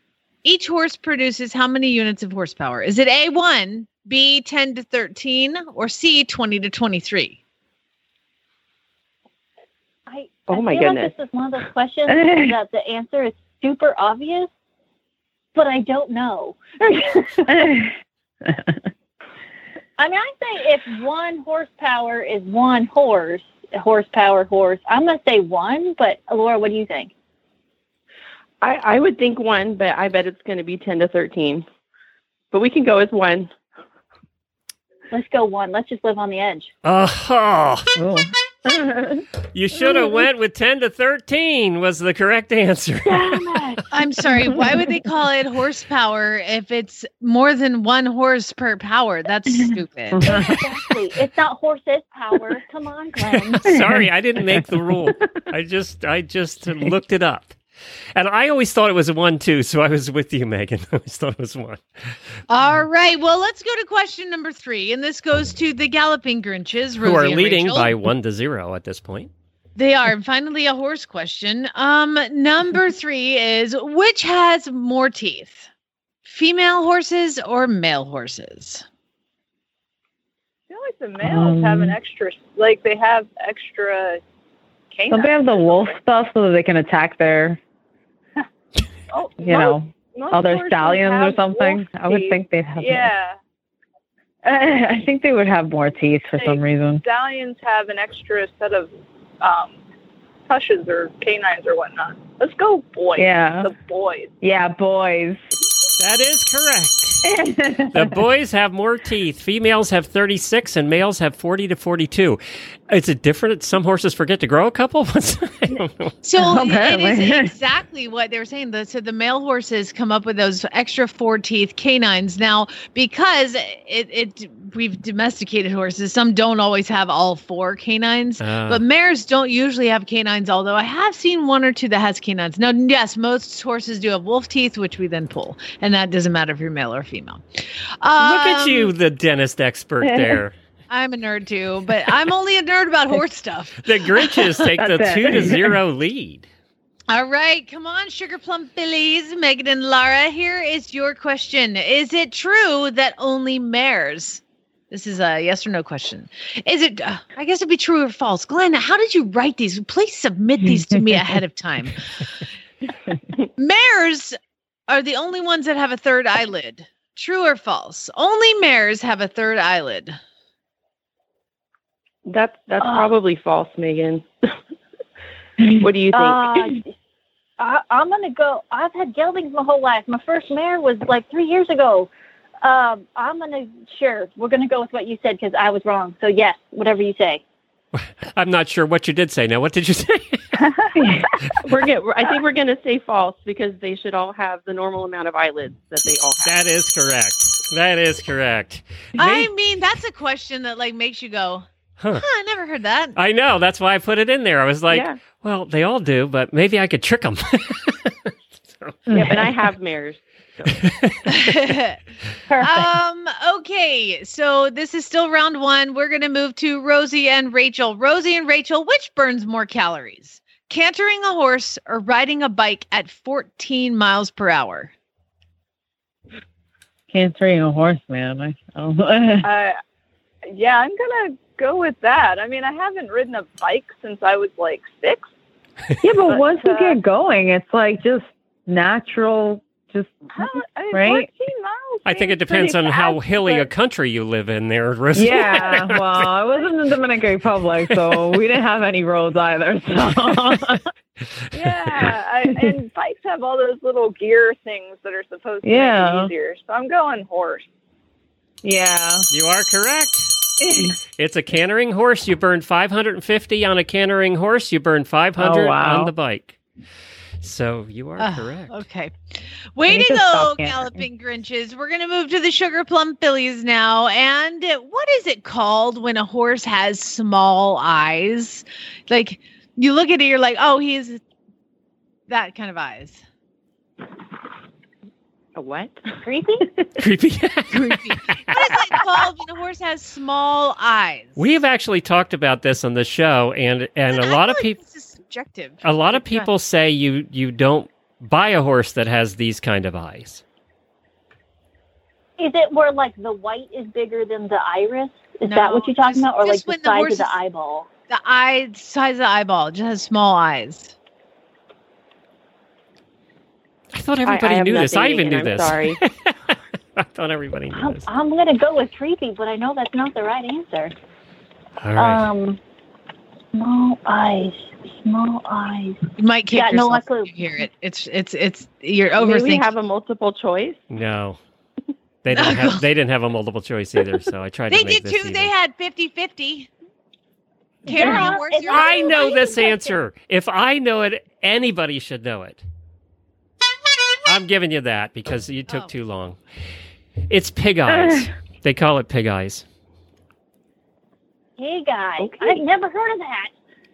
B: Each horse produces how many units of horsepower? Is it A1, B 10 to 13, or C 20 to 23?
I: I,
B: Oh,
I: I
B: my
I: feel
B: goodness.
I: Like this is one of those questions that the answer is super obvious, but I don't know. I mean, I say if one horsepower is one horse, horsepower horse, I'm gonna say one. But Laura, what do you think?
K: I, I would think one, but I bet it's going to be 10 to 13. But we can go with one.
I: Let's go one. Let's just live on the edge.
A: oh, You should have went with 10 to 13 was the correct answer.
B: I'm sorry. Why would they call it horsepower if it's more than one horse per power? That's stupid.
J: Exactly. It's not horses power. Come on, Glenn.
A: Sorry, I didn't make the rule. I just I just looked it up. And I always thought it was a one two, so I was with you, Megan. I always thought it was one.
B: All right. Well, let's go to question number three, and this goes to the Galloping Grinches, Rosie
A: Who are
B: and
A: leading
B: Rachel.
A: by one to zero at this point.
B: They are. And finally, a horse question. Um, number three is which has more teeth, female horses or male horses?
I: I feel like the males have an
B: Um,
I: extra, like they have extra canines.
L: Don't they have the wolf stuff so that they can attack their,
I: Oh,
L: you
I: most-
L: know,
I: most
L: other
I: horses
L: stallions or
I: have
L: something?
I: wolf
L: I would
I: teeth.
L: think they'd have.
I: Yeah,
L: More. I think they would have more teeth for some reason.
I: stallions have an extra set of um, tushes or canines or whatnot. Let's go, boys.
L: Yeah.
I: the boys.
L: Yeah, boys.
A: That is correct. the boys have more teeth. Females have 36 and males have 40 to 42. It's a different. Some horses forget to grow a couple. I don't know.
B: So it is exactly what they were saying. The, so the male horses come up with those extra four teeth canines now because it, it we've domesticated horses. Some don't always have all four canines,
A: Uh-huh.
M: Ah.
B: but mares don't usually have canines. Although I have seen one or two that has canines. Now, yes, most horses do have wolf teeth, which we then pull, and that doesn't matter if you're male or female.
A: Look at
B: Um,
A: you, the dentist expert there.
B: I'm a nerd too, but I'm only a nerd about horse stuff.
A: The Grinches take the
B: That's it.
A: two to zero lead.
B: All right, come on, Sugar Plum Phillies, Megan and Lara. Here is your question Is it true that only mares? This is a yes or no question. Is it, uh, I guess it'd be true or false. Glenn, how did you write these? Please submit these to me ahead of time. mares are the only ones that have a third eyelid. True or false? Only mares have a third eyelid.
K: That's that's
I: Ah.
B: Uh.
K: probably false, Megan. what do you think?
I: Ah.
J: Uh, I, I'm gonna go. I've had geldings my whole life. My first mare was like three years ago. Um, I'm gonna sure we're gonna go with what you said because I was wrong. So yes, whatever you say.
A: I'm not sure what you did say. Now, what did you say?
K: we're get, I think we're going to say false because they should all have the normal amount of eyelids that they all have.
A: That is correct. That is correct.
B: I mean, that's a question that like makes you go,
A: Huh.
B: huh, I never heard that.
A: I know. That's why I put it in there. I was like,
K: Yeah.
A: well, they all do, but maybe I could trick them.
K: Yeah, but I have mares.
B: um okay so this is still round one we're gonna move to rosie and rachel rosie and rachel which burns more calories cantering a horse or riding a bike at 14 miles per hour
L: Cantering a horse, man. I, I don't know.
I: Uh, yeah, I'm gonna go with that. I mean, I haven't ridden a bike since I was like six.
L: yeah, but once you get going, it's like just natural, just right.
A: I think it depends on how hilly a country you live in there, Rosie.
L: Yeah, well, I was in the Dominican Republic, so we didn't have any roads either. So
I: Yeah, I, and bikes have all those little gear things that are supposed to
L: Yeah.
I: make it easier. So I'm going horse.
L: yeah,
A: you are correct. It's a cantering horse. You burn 550 on a cantering horse. You burn 500
L: Oh, wow.
A: on the bike. So you are
B: Ugh,
A: correct.
B: Ah, okay
A: need
B: way
A: to
B: to go
A: stop
B: galloping grinches we're gonna move to the sugar plum fillies now and what is it called when a horse has small eyes like you look at it you're like oh he has that kind of eyes
K: A what?
J: Creepy?
A: Creepy.
B: What is it called when a horse has small eyes?
A: We have actually talked about this on the show, and and a lot of people
B: Subjective.
A: a lot of people say you you don't buy a horse that has these kind of eyes.
J: Is it where like the white is bigger than the iris? Is that what you're talking about, or like
B: just
J: the
B: when the
J: size
B: horse
J: of the
B: is-
J: eyeball?
B: The eye size of the eyeball just has small eyes.
A: I thought
J: everybody
A: knew this. I even knew
K: I'm
A: this.
K: Sorry.
A: I thought everybody knew
J: I'm,
A: this.
J: I'm gonna go with creepy, but I know that's not the right answer.
A: All right.
G: uh,
J: Um, small eyes, small eyes.
B: You might kick
J: Yeah, no,
B: yourself when you hear it. It's it's it's you're
K: Do we
B: overthinking.
K: have a multiple choice?
A: no, they didn't have they didn't have a multiple choice either. So I tried
B: they
A: to make
B: did
A: this
B: too.
A: even.
B: They had 50-50. Tara, where's your-
A: I know this answer. If I know it, anybody should know it. I'm giving you that because you
B: Oh.
A: took too long. It's pig eyes. They call it pig eyes.
J: Hey, guy. I've never heard of that.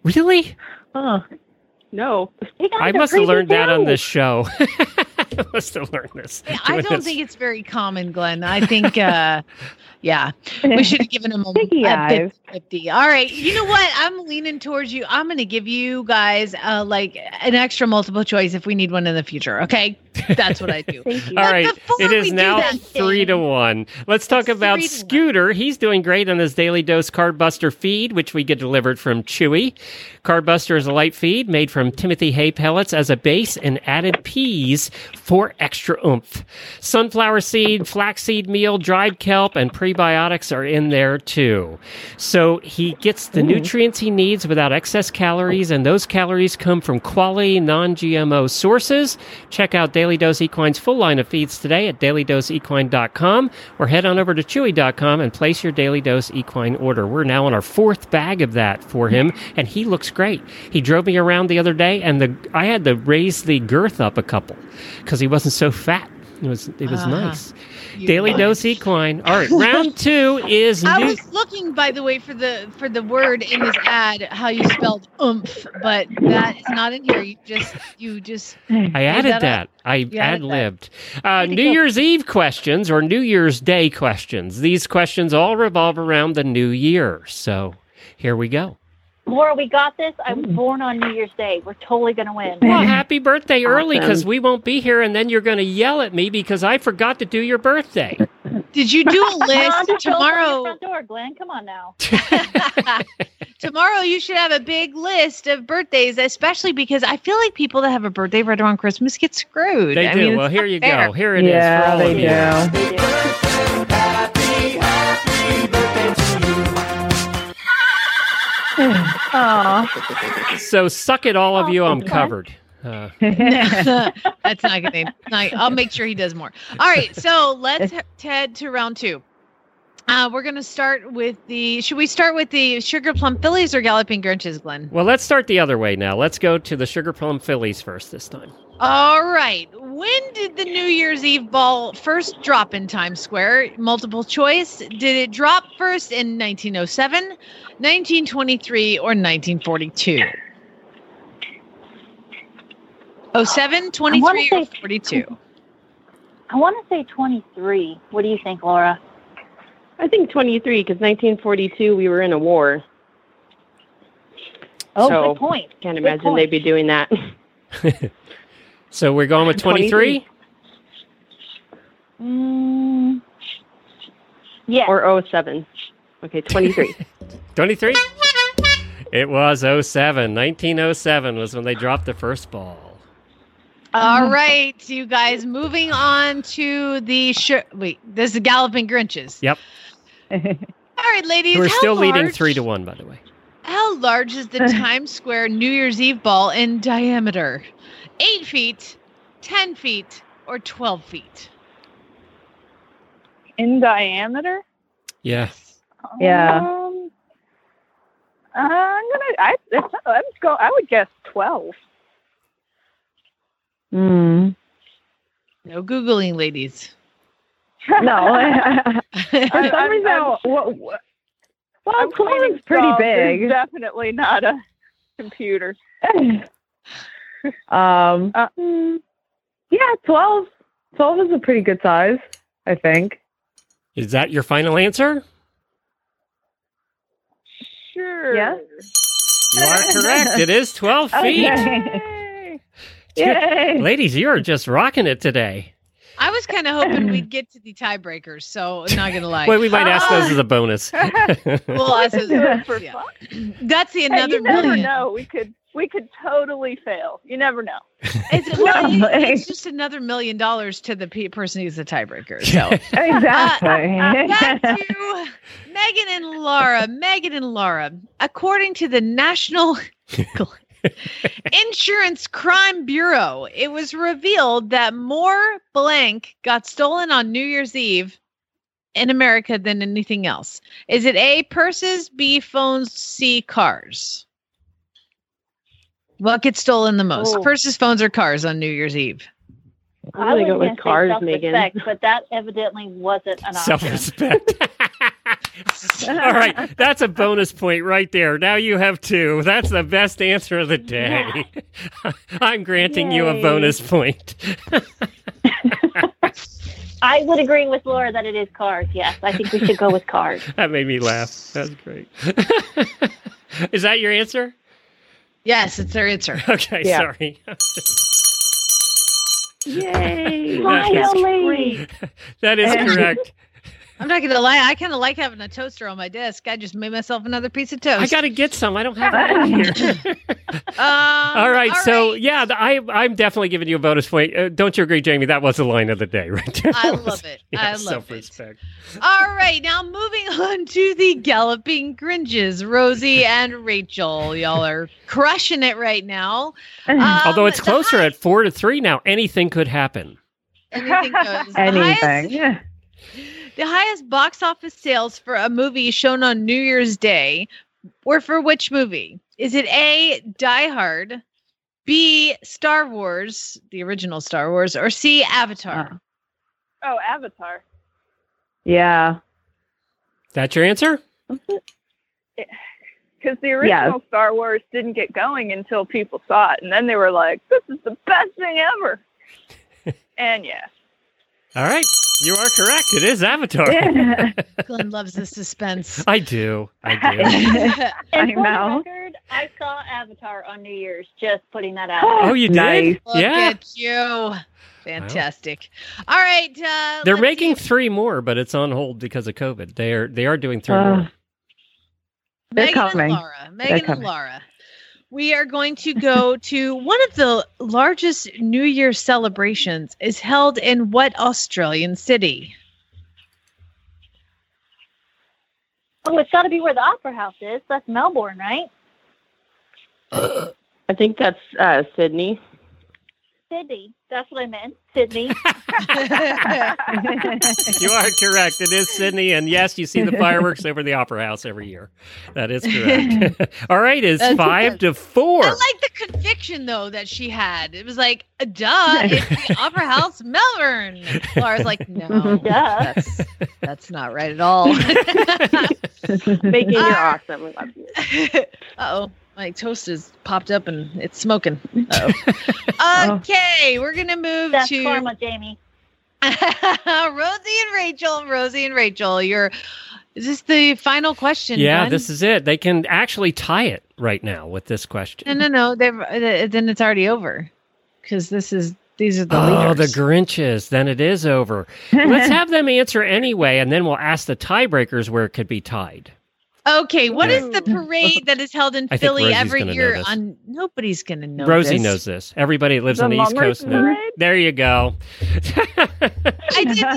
A: Really?
K: Huh. No.
A: I must have learned that on this show. I must have learned this.
B: I
A: doing
B: don't
A: this.
B: think it's very common, Glenn. I think, uh, yeah, we should have given him a, a
A: eyes.
B: 50, 50. All right. You know what? I'm leaning towards you. I'm going to give you guys uh, like an extra multiple choice if we need one in the future. Okay. That's what I do. Thank
A: All right, it is now
B: that
A: three to one. Let's talk about Scooter. He's doing great on his daily dose Cardbuster feed, which we get delivered from Chewy. Cardbuster is a light feed made from Timothy hay pellets as a base and added peas for extra oomph. Sunflower seed, flaxseed meal, dried kelp, and prebiotics are in there too. So he gets the nutrients he needs without excess calories, and those calories come from quality, non GMO sources. Check out Daily Dose Equine's full line of feeds today at dailydoseequine.com or head on over to chewy.com and place your Daily Dose Equine order. We're now on our fourth bag of that for him, and he looks great. He drove me around the other day, and the I had to raise the girth up a couple because he wasn't so fat. It was it was
B: Uh-huh.
A: nice.
B: You
A: Daily
B: guys.
A: Dose Equine. All right, round two is
B: I
A: new.
B: was looking, by the way, for the for the word in this ad, how you spelled oomph, but that is not in here. You just you just
A: I added that. I ad
B: You added that.
A: libbed. Uh, New Year's Eve questions or New Year's Day questions. These questions all revolve around the new year. So here we go.
J: Laura, we got this. I was born on New Year's Day. We're totally going to win.
A: Well, happy birthday early because
J: Awesome.
A: we won't be here, and then you're going to yell at me because I forgot to do your birthday.
B: Did you do a
J: Mom,
B: list
J: just open your
B: tomorrow?
J: front door, Glenn. Come on now.
B: Tomorrow you should have a big list of birthdays, especially because I feel like people that have a birthday right around Christmas get screwed.
A: They
B: I
A: do.
B: mean, it's
A: well, here
B: not
A: you
B: fair.
A: go. Here it is
L: Yeah,
A: for all
L: they
A: of you. So suck it, all of you. I'm covered. Uh,
B: That's not good. Not- I'll make sure he does more. All right, so let's h- head to round two. Uh, we're gonna start with the. Should we start with the sugar plum fillies or galloping grinches, Glenn?
A: well, let's start the other way now. Let's go to the Sugar Plum Phillies first this time.
B: All right. When did the New Year's Eve ball first drop in Times Square? Multiple choice. Did it drop first in 1907, 1923, or 1942? 07, 23, Oh or 42?
J: I want to say 23. What do you think, Laura?
K: I think 23 because 1942 we were in a war.
J: Oh,
K: So,
J: good point.
K: Can't
J: Good
K: imagine
J: point.
K: they'd be doing that.
A: So we're going with 23?
J: Mm, yeah.
K: Or 07. Okay, 23.
A: 23? It was 07. 1907 was when they dropped the first ball.
B: All right, you guys. Moving on to the sh- wait. This is galloping Grinches.
A: Yep.
B: All right, ladies.
A: We're
B: how
A: still leading
B: large-
A: 3 to 1, by the way.
B: How large is the Times Square New Year's Eve ball in diameter? Eight feet, 10 feet, or 12 feet?
I: in diameter.
A: Yeah.
L: Yeah.
I: Um, I'm gonna. I, it's- I'm go. I would guess twelve.
L: Mm.
B: No Googling, ladies.
L: No. For
I: I'm-
L: some reason,
I: I'm-
L: what, what, well,
I: I'm cleaning
L: Cleveland's pretty
I: salt. There's
L: big.
I: Definitely not a computer.
L: Um, mm, yeah, 12. 12 is a pretty good size, I think.
A: Is that your final answer?
I: Sure.
L: Yeah.
A: You are correct. It is 12 feet.
L: Yay.
A: Ladies, you are just rocking it today.
B: I was kind of hoping we'd get to the tiebreakers, so I'm not going to lie.
A: Well, we might ask those as a bonus.
B: Well, I said-
I: For
B: yeah.
I: fun.
B: That's the
I: Hey,
B: another
I: you never
B: million.
I: know. We could we could totally fail. You never know.
B: It's, a million, it's just another million dollars to the pe- person who's the tiebreaker. So. Uh, back to Megan and Laura. Megan and Laura, according to the National Insurance Crime Bureau, it was revealed that more blank got stolen on New Year's Eve in America than anything else? Is it A, purses, B, phones, C, cars? What gets stolen the most?
J: Oh.
B: Purses, phones, or cars on New Year's Eve?
J: I
B: gonna
J: was
B: go with
J: gonna say
B: cars,
J: self-respect,
B: Megan.
J: But that evidently wasn't an option.
A: Self-respect. All right, that's a bonus point right there. Now you have two. That's the best answer of the day. I'm granting you a
J: Yay.
A: bonus point.
J: I would agree with Laura that it is cars. Yes, I think we should go with cars.
A: That made me laugh. That's great. Is that your answer?
B: Yes, it's their answer.
A: Okay,
B: Yeah.
A: sorry.
B: Yay!
A: That is That is correct.
B: I'm not gonna lie. I kind of like having a toaster on my desk. I just made myself another piece of toast.
A: I gotta get some. I don't have it here.
B: Um,
A: all right, so yeah, the, I, I'm definitely giving you a bonus point. Uh, don't you agree, Jamie? That was the line of the day, right there.
B: I
A: That was-
B: love it.
A: yeah,
B: I love
A: self-respect.
B: it. All right, now moving on to the galloping Grinches, Rosie and Rachel. Y'all are crushing it right now.
A: Although
B: Um,
A: it's closer at four to three now, anything could happen.
B: anything goes. The highest- The highest box office sales for a movie shown on New Year's Day were for which movie? Is it A, Die Hard, B, Star Wars, the original Star Wars, or C, Avatar?
I: Oh, Avatar.
L: Yeah.
A: That's your answer?
I: Because the original Star Wars didn't get going until people saw it, and then they were like, "This is the best thing ever." and yeah,
A: All right, you are correct. It is Avatar.
B: Glenn loves the suspense.
A: I do. I do.
J: And for the
B: know.
J: record, I saw Avatar on New Year's. Just putting that out.
A: Oh, you did? Nice.
B: Look
A: Yeah.
B: at you. Fantastic. All right. Uh,
A: They're making three more, but it's on hold because of COVID. They are they are doing three
B: Uh.
L: Oh.
A: more.
L: They're
B: Megan
L: coming.
B: and Laura.
L: They're
B: Megan and
L: coming.
B: Laura. We are going to go to one of the largest New Year celebrations is held in what Australian city?
J: Oh, it's got to be where the Opera House is. That's Melbourne, right?
K: I think that's uh, Sydney.
J: Sydney. That's what I meant. Sydney.
A: you are correct. It is Sydney, and yes, you see the fireworks over the Opera House every year. That is correct. All right, it's
B: That's
A: five
B: good.
A: to four.
B: I like the conviction though that she had. It was like, duh, it's the Opera House, Melbourne. Laura's like, no,
J: Duh.
B: that's that's not right at all.
K: Making
B: Ah.
K: your awesome. We love you.
B: Uh oh, my toast is popped up and it's smoking.
K: Oh.
B: Uh-oh. okay, we're gonna move
J: That's
B: to
J: karma, Jamie.
B: Rosie and Rachel. Rosie and Rachel, you're. Is this the final question?
A: Yeah,
B: Glenn?
A: this is it. They can actually tie it right now with this question.
B: No, no, no. They've, uh, then it's already over because this is these are the
A: oh,
B: leaders.
A: the Grinches. Then it is over. Let's have them answer anyway, and then we'll ask the tiebreakers where it could be tied.
B: Okay, what is the parade that is held in
A: I think
B: Philly
A: Rosie's
B: every
A: gonna know
B: year?
A: this.
B: On nobody's gonna know.
A: Rosie
B: this.
A: knows this. Everybody that lives
B: The
A: on the East
B: Mummers
A: Coast knows.
B: Parade?
A: There you go.
B: I did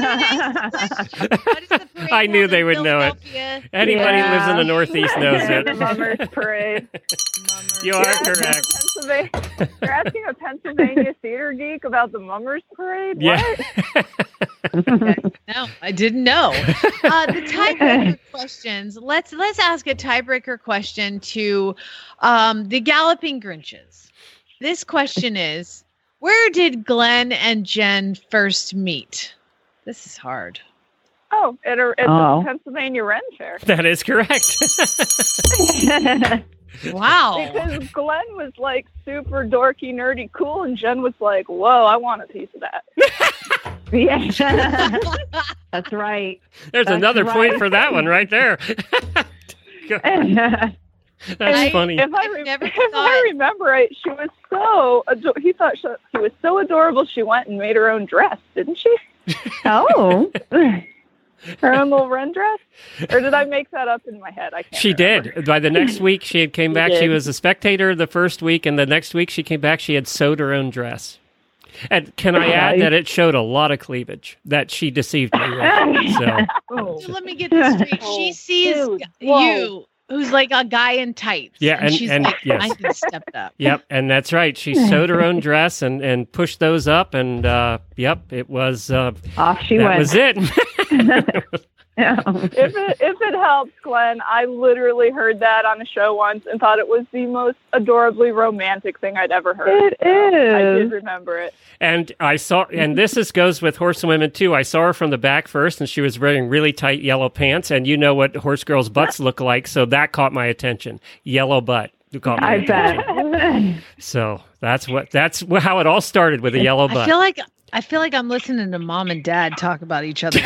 B: the
A: I knew they would know it.
B: Philadelphia.
A: Anybody who lives in the Northeast knows
I: the
A: it.
I: Mummers Parade.
A: you are correct.
I: Pennsylvania. You're asking a Pennsylvania theater geek about the Mummers Parade?
A: Yeah.
B: No, I didn't know. Uh, the tiebreaker questions. Let's let's ask a tiebreaker question to um, the Galloping Grinches. This question is: Where did Glenn and Jen first meet? This is hard.
I: Oh, at a, at
A: Oh.
I: the Pennsylvania Ren Fair.
A: That is correct.
B: Wow.
I: Because Glenn was like super dorky, nerdy, cool, and Jen was like, "Whoa, I want a piece of that."
L: Yeah. That's right.
A: There's
L: That's
A: another
L: right.
A: point for that one right there. That's
I: And
A: funny.
I: If I, re- if I remember right, she was so ado- he thought she, he was so adorable. She went and made her own dress, didn't she?
L: Oh.
I: Her own little Ren dress, or did I make that up in my head? I can't.
A: She did. By the next week, she had came back. She
I: did.
A: was a spectator the first week, and the next week she came back. She had sewed her own dress. And can I add
L: Nice.
A: that it showed a lot of cleavage that she deceived me. with. So
B: So let me get this straight. She sees you, who's like a guy in tights.
A: Yeah, and-
B: she's
A: and-
B: like,
A: yes.
B: I can step up.
A: yep, and that's right. She sewed her own dress and and pushed those up, and uh, yep, it was uh,
L: Off she
A: that
L: went.
A: was it.
I: if it if it helps, Glenn, I literally heard that on a show once and thought it was the most adorably romantic thing I'd ever heard.
A: It
I: It is. I
A: is.
I: did remember it.
A: And I saw, and this is goes with horse and women too. I saw her from the back first, and she was wearing really tight yellow pants. And you know what horse girls' butts look like, so that caught my attention. Yellow butt caught my
L: I
A: attention.
L: bet.
A: So that's what that's wh- how it all started with a yellow butt.
B: I feel like I feel like I'm listening to mom and dad talk about each other.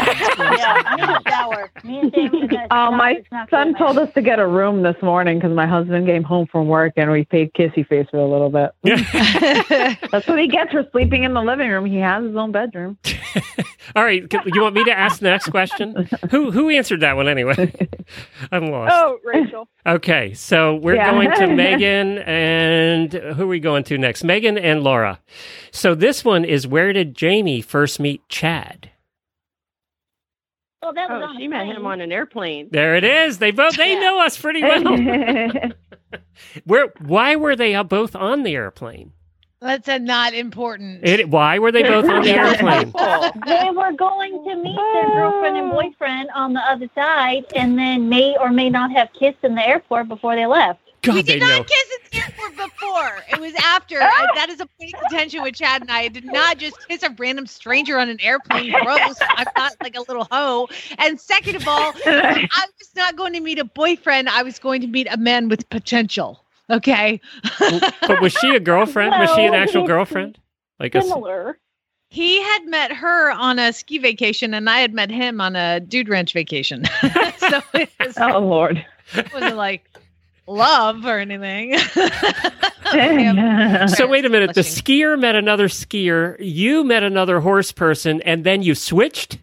L: Oh, my son told us to get a room this morning because my husband came home from work and we paid kissy face for a little bit. That's what he gets for sleeping in the living room. He has his own bedroom.
A: all right, c- you want me to ask the next question? Who who answered that one anyway? I'm lost.
I: Oh, Rachel.
A: Okay, so we're
I: Yeah.
A: going to Megan and who are we going to next? Megan and Laura. So this one is where did Jamie first meet Chad?
J: Well, that
K: was oh, she met him on an airplane.
A: There it is. They both they know us pretty well. where why were they uh, both on the airplane?
B: That's a not important.
A: It, why were they both on the airplane?
J: they were going to meet their
L: Oh.
J: girlfriend and boyfriend on the other side, and then may or may not have kissed in the airport before they left.
A: God,
B: we
A: they
B: did
A: know.
B: not kiss at the airport before. It was after. I- that is a point of contention with Chad and I. I did not just kiss a random stranger on an airplane. Gross. I'm not like a little hoe. And second of all, I was not going to meet a boyfriend. I was going to meet a man with potential. Okay.
A: but was she a girlfriend? Was she an actual girlfriend? Like a s-
B: He had met her on a ski vacation, and I had met him on a dude ranch vacation. so it was,
L: oh Lord,
B: it wasn't like love or anything.
A: so wait a minute. The skier met another skier. You met another horse person, and then you switched.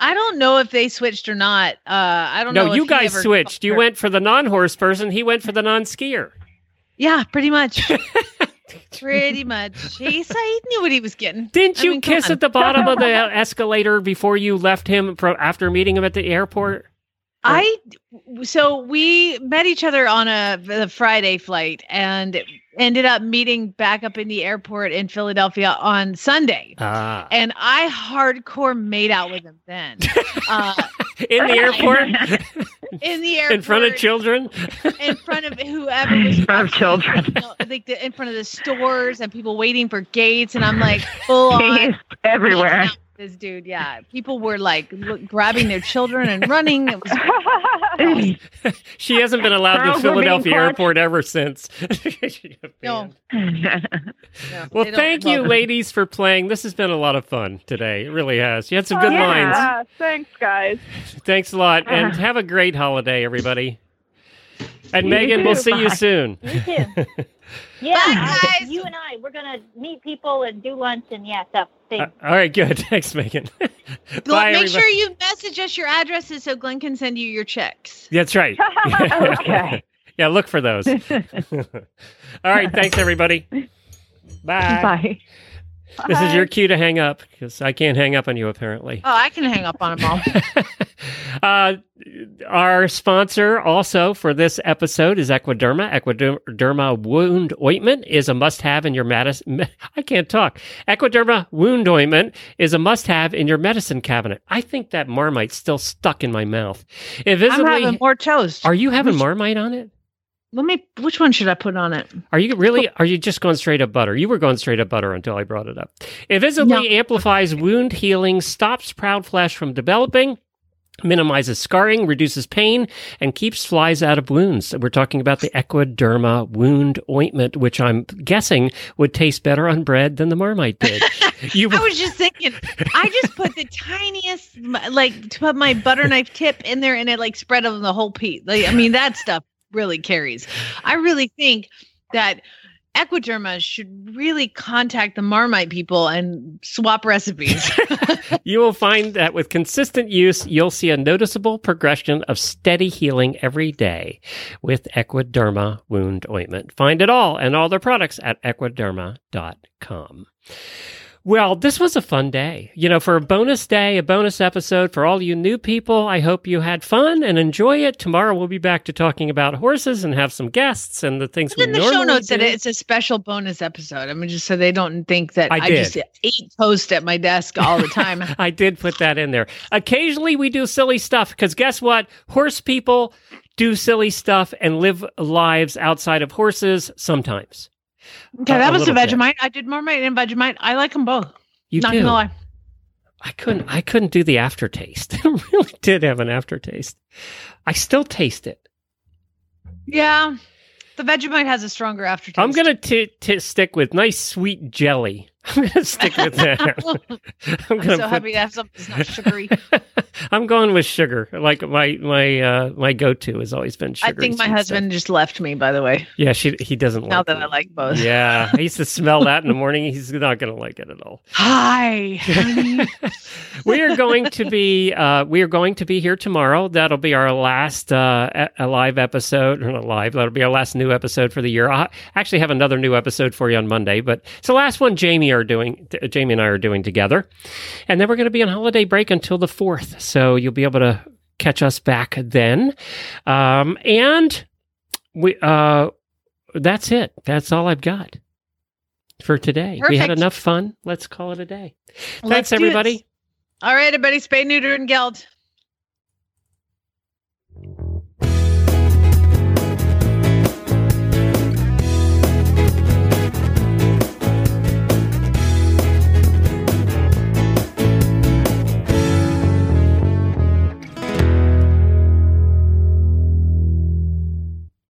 B: I don't know if they switched or not. Uh, I don't know.
A: No,
B: if
A: you
B: he
A: guys
B: ever
A: switched.
B: fucked
A: You
B: her.
A: went for the non-horse person. He went for the non-skier.
B: Yeah, pretty much. pretty much. He said he knew what he was getting.
A: Didn't
B: I
A: you
B: mean, come
A: kiss
B: on.
A: at the bottom of the escalator before you left him pro- after meeting him at the airport?
B: I so we met each other on a, the Friday flight and ended up meeting back up in the airport in Philadelphia on Sunday.
A: Ah.
B: And I hardcore made out with him then. Uh,
A: In the airport,
B: in the airport,
A: in front of children.
B: in front of whoever was
L: in front of children.
B: like the, in front of the stores and people waiting for gates, and I'm like full on
L: everywhere.
B: This dude, yeah, people were like lo- grabbing their children and running. It was
A: She hasn't been allowed to
B: Girls were being
A: Philadelphia
B: caught.
A: Airport ever since.
B: no.
A: Well,
B: They don't
A: thank you,
B: love it.
A: ladies, for playing. This has been a lot of fun today. It really has. You had some good lines.
I: Yeah, Ah, thanks, guys.
A: Thanks a lot, and
I: Uh-huh.
A: have a great holiday, everybody. And
J: You
A: Megan, we'll
J: too.
A: see you
J: Bye.
A: soon.
J: You too. Yeah, I- you and I, we're gonna meet people and do lunch and yeah, stuff. Thing.
A: Uh, all right, good. Thanks, Megan. Bye,
B: Well, make
A: everybody.
B: sure you message us your addresses so Glenn can send you your checks.
A: That's right. Uh,
B: Oh, Okay.
A: Yeah, look for those. all right, thanks, everybody. Bye.
L: Bye.
A: This is your cue to hang up because I can't hang up on you apparently.
B: Oh, I can hang up on him all.
A: Uh, our sponsor also for this episode is Equiderma. Equiderma wound ointment is a must-have in your medicine. I can't talk. Equiderma wound ointment is a must-have in your medicine cabinet. I think that Marmite's still stuck in my mouth. Invisibly,
B: I'm having more toast.
A: are you having Marmite on it?
B: Let me. Which one should I put on it?
A: Are you really? Are you just going straight up butter? You were going straight up butter until I brought it up. Invisibly amplifies wound healing, stops proud flesh from developing. Minimizes scarring, reduces pain, and keeps flies out of wounds. We're talking about the Equiderma wound ointment, which I'm guessing would taste better on bread than the Marmite did. you,
B: I was just thinking. I just put the tiniest, like, to put my butter knife tip in there, and it like spread on the whole piece. Like, I mean, that stuff really carries. I really think that Equiderma should really contact the Marmite people and swap recipes.
A: you will find that with consistent use, you'll see a noticeable progression of steady healing every day with Equiderma wound ointment. Find it all and all their products at equiderma.com. Well, this was a fun day. You know, for a bonus day, a bonus episode for all you new people, I hope you had fun and enjoy it. Tomorrow we'll be back to talking about horses and have some guests and the things we
B: in the show
A: normally
B: notes that
A: do.
B: it's a special bonus episode. I mean, just so they don't think that
A: I
B: I,
A: did.
B: just eat toast at my desk all the time.
A: I did put that in there. Occasionally we do silly stuff because guess what? Horse people do silly stuff and live lives outside of horses sometimes.
B: okay,
A: A-
B: that
A: a
B: was the
A: little bit.
B: Vegemite. I did Marmite and Vegemite. I like them both.
A: You
B: Not
A: do.
B: gonna lie.
A: I couldn't I couldn't do the aftertaste. it really did have an aftertaste. I still taste it.
B: Yeah, the Vegemite has a stronger aftertaste.
A: I'm gonna t- t- stick with nice sweet jelly. I'm gonna stick with that. I'm
B: I'm,
A: gonna
B: so
A: put-
B: happy to have something that's not sugary.
A: I'm going with sugar. Like my my uh my go to has always been sugar.
B: I think my husband just left me. By the way,
A: Yeah, she he doesn't
B: now
A: like
B: that I like both.
A: it. Yeah, I used to smell that in the morning. He's not going to like it at all.
B: Hi. honey.
A: We are going to be uh, we are going to be here tomorrow. That'll be our last uh, a- a live episode, or not live. That'll be our last new episode for the year. I actually have another new episode for you on Monday, but it's the last one Jamie are doing. t- Jamie and I are doing together, and then we're going to be on holiday break until the fourth. So you'll be able to catch us back then, um, and we uh, that's it. That's all I've got for today. We had
B: Perfect.
A: enough fun. Let's call it a day.
B: Let's
A: Thanks
B: do this.
A: everybody.
B: All right, everybody, spay, neuter, and geld.